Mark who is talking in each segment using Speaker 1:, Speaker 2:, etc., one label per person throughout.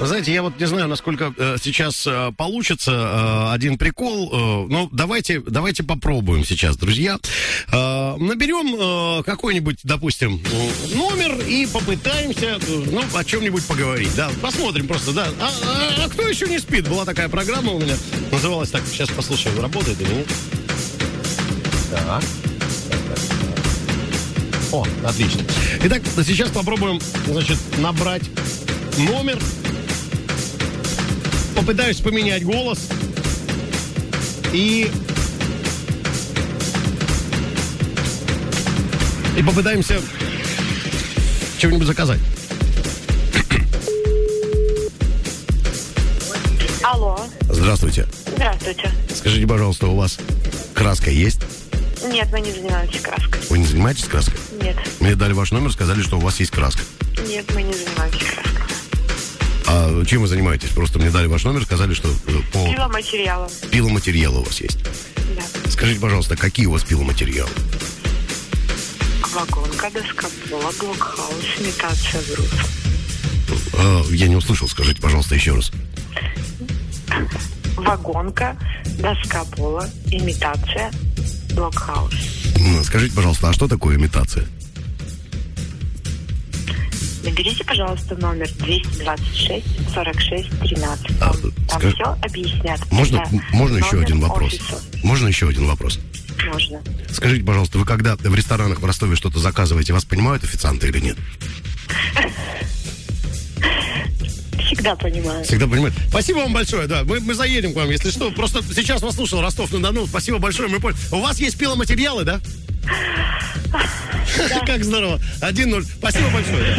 Speaker 1: Вы знаете, я вот не знаю, насколько э, сейчас э, получится э, один прикол, э, но давайте, давайте попробуем сейчас, друзья. Э, наберем э, какой-нибудь, допустим, э, номер и попытаемся, э, ну, о чем-нибудь поговорить, да. Посмотрим просто, да. А, а- а кто еще не спит? Была такая программа у меня, называлась так, сейчас послушаем, работает или нет. Так. О, отлично. Итак, сейчас попробуем, значит, набрать номер. Попытаюсь поменять голос. И... И попытаемся чего-нибудь заказать.
Speaker 2: Алло,
Speaker 1: Здравствуйте.
Speaker 2: здравствуйте.
Speaker 1: Скажите, пожалуйста, у вас краска есть?
Speaker 2: Нет, мы не занимаемся краской.
Speaker 1: Вы не занимаетесь краской?
Speaker 2: Нет,
Speaker 1: Мне дали ваш номер, сказали, что у вас есть краска.
Speaker 2: нет, мы не занимаемся краской.
Speaker 1: А чем вы занимаетесь? Просто мне дали ваш номер, сказали, что э, по
Speaker 2: Пиломатериалом,
Speaker 1: пиломатериалу у вас есть.
Speaker 2: да.
Speaker 1: Скажите, пожалуйста, какие у вас пиломатериалы?
Speaker 2: Вагонка, доскопола, блокхаус, имитация груз.
Speaker 1: А, я не услышал, скажите, пожалуйста, еще раз.
Speaker 2: Вагонка, доска пола, имитация, блокхаус.
Speaker 1: М, Скажите, пожалуйста, а что такое имитация?
Speaker 2: Наберите, пожалуйста, номер 226 46 13. Там,
Speaker 1: А,
Speaker 2: там
Speaker 1: скаж-
Speaker 2: все объяснят.
Speaker 1: Можно,
Speaker 2: Это
Speaker 1: м- можно еще
Speaker 2: номер
Speaker 1: один вопрос?
Speaker 2: офиса.
Speaker 1: Можно еще один вопрос?
Speaker 2: Можно.
Speaker 1: Скажите, пожалуйста, вы когда в ресторанах в Ростове что-то заказываете, вас понимают официанты или нет?
Speaker 2: Всегда понимаю.
Speaker 1: Всегда понимают. Спасибо вам большое, да. Мы, мы заедем к вам, если что. Просто сейчас вас слушал Ростов-на-Дону. Спасибо большое, мы поняли. У вас есть пиломатериалы, да? Как здорово. 1-0. Спасибо большое.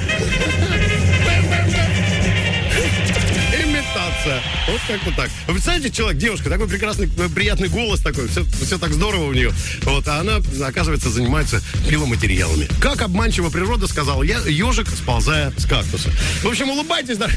Speaker 1: Имитация. Вот как вот так. Вы представляете, человек, девушка, такой прекрасный, э, приятный голос такой, все, так здорово у нее. Вот, а она, оказывается, занимается пиломатериалами. Как обманчива природа, сказал я, ежик, сползая с кактуса. В общем, улыбайтесь, да.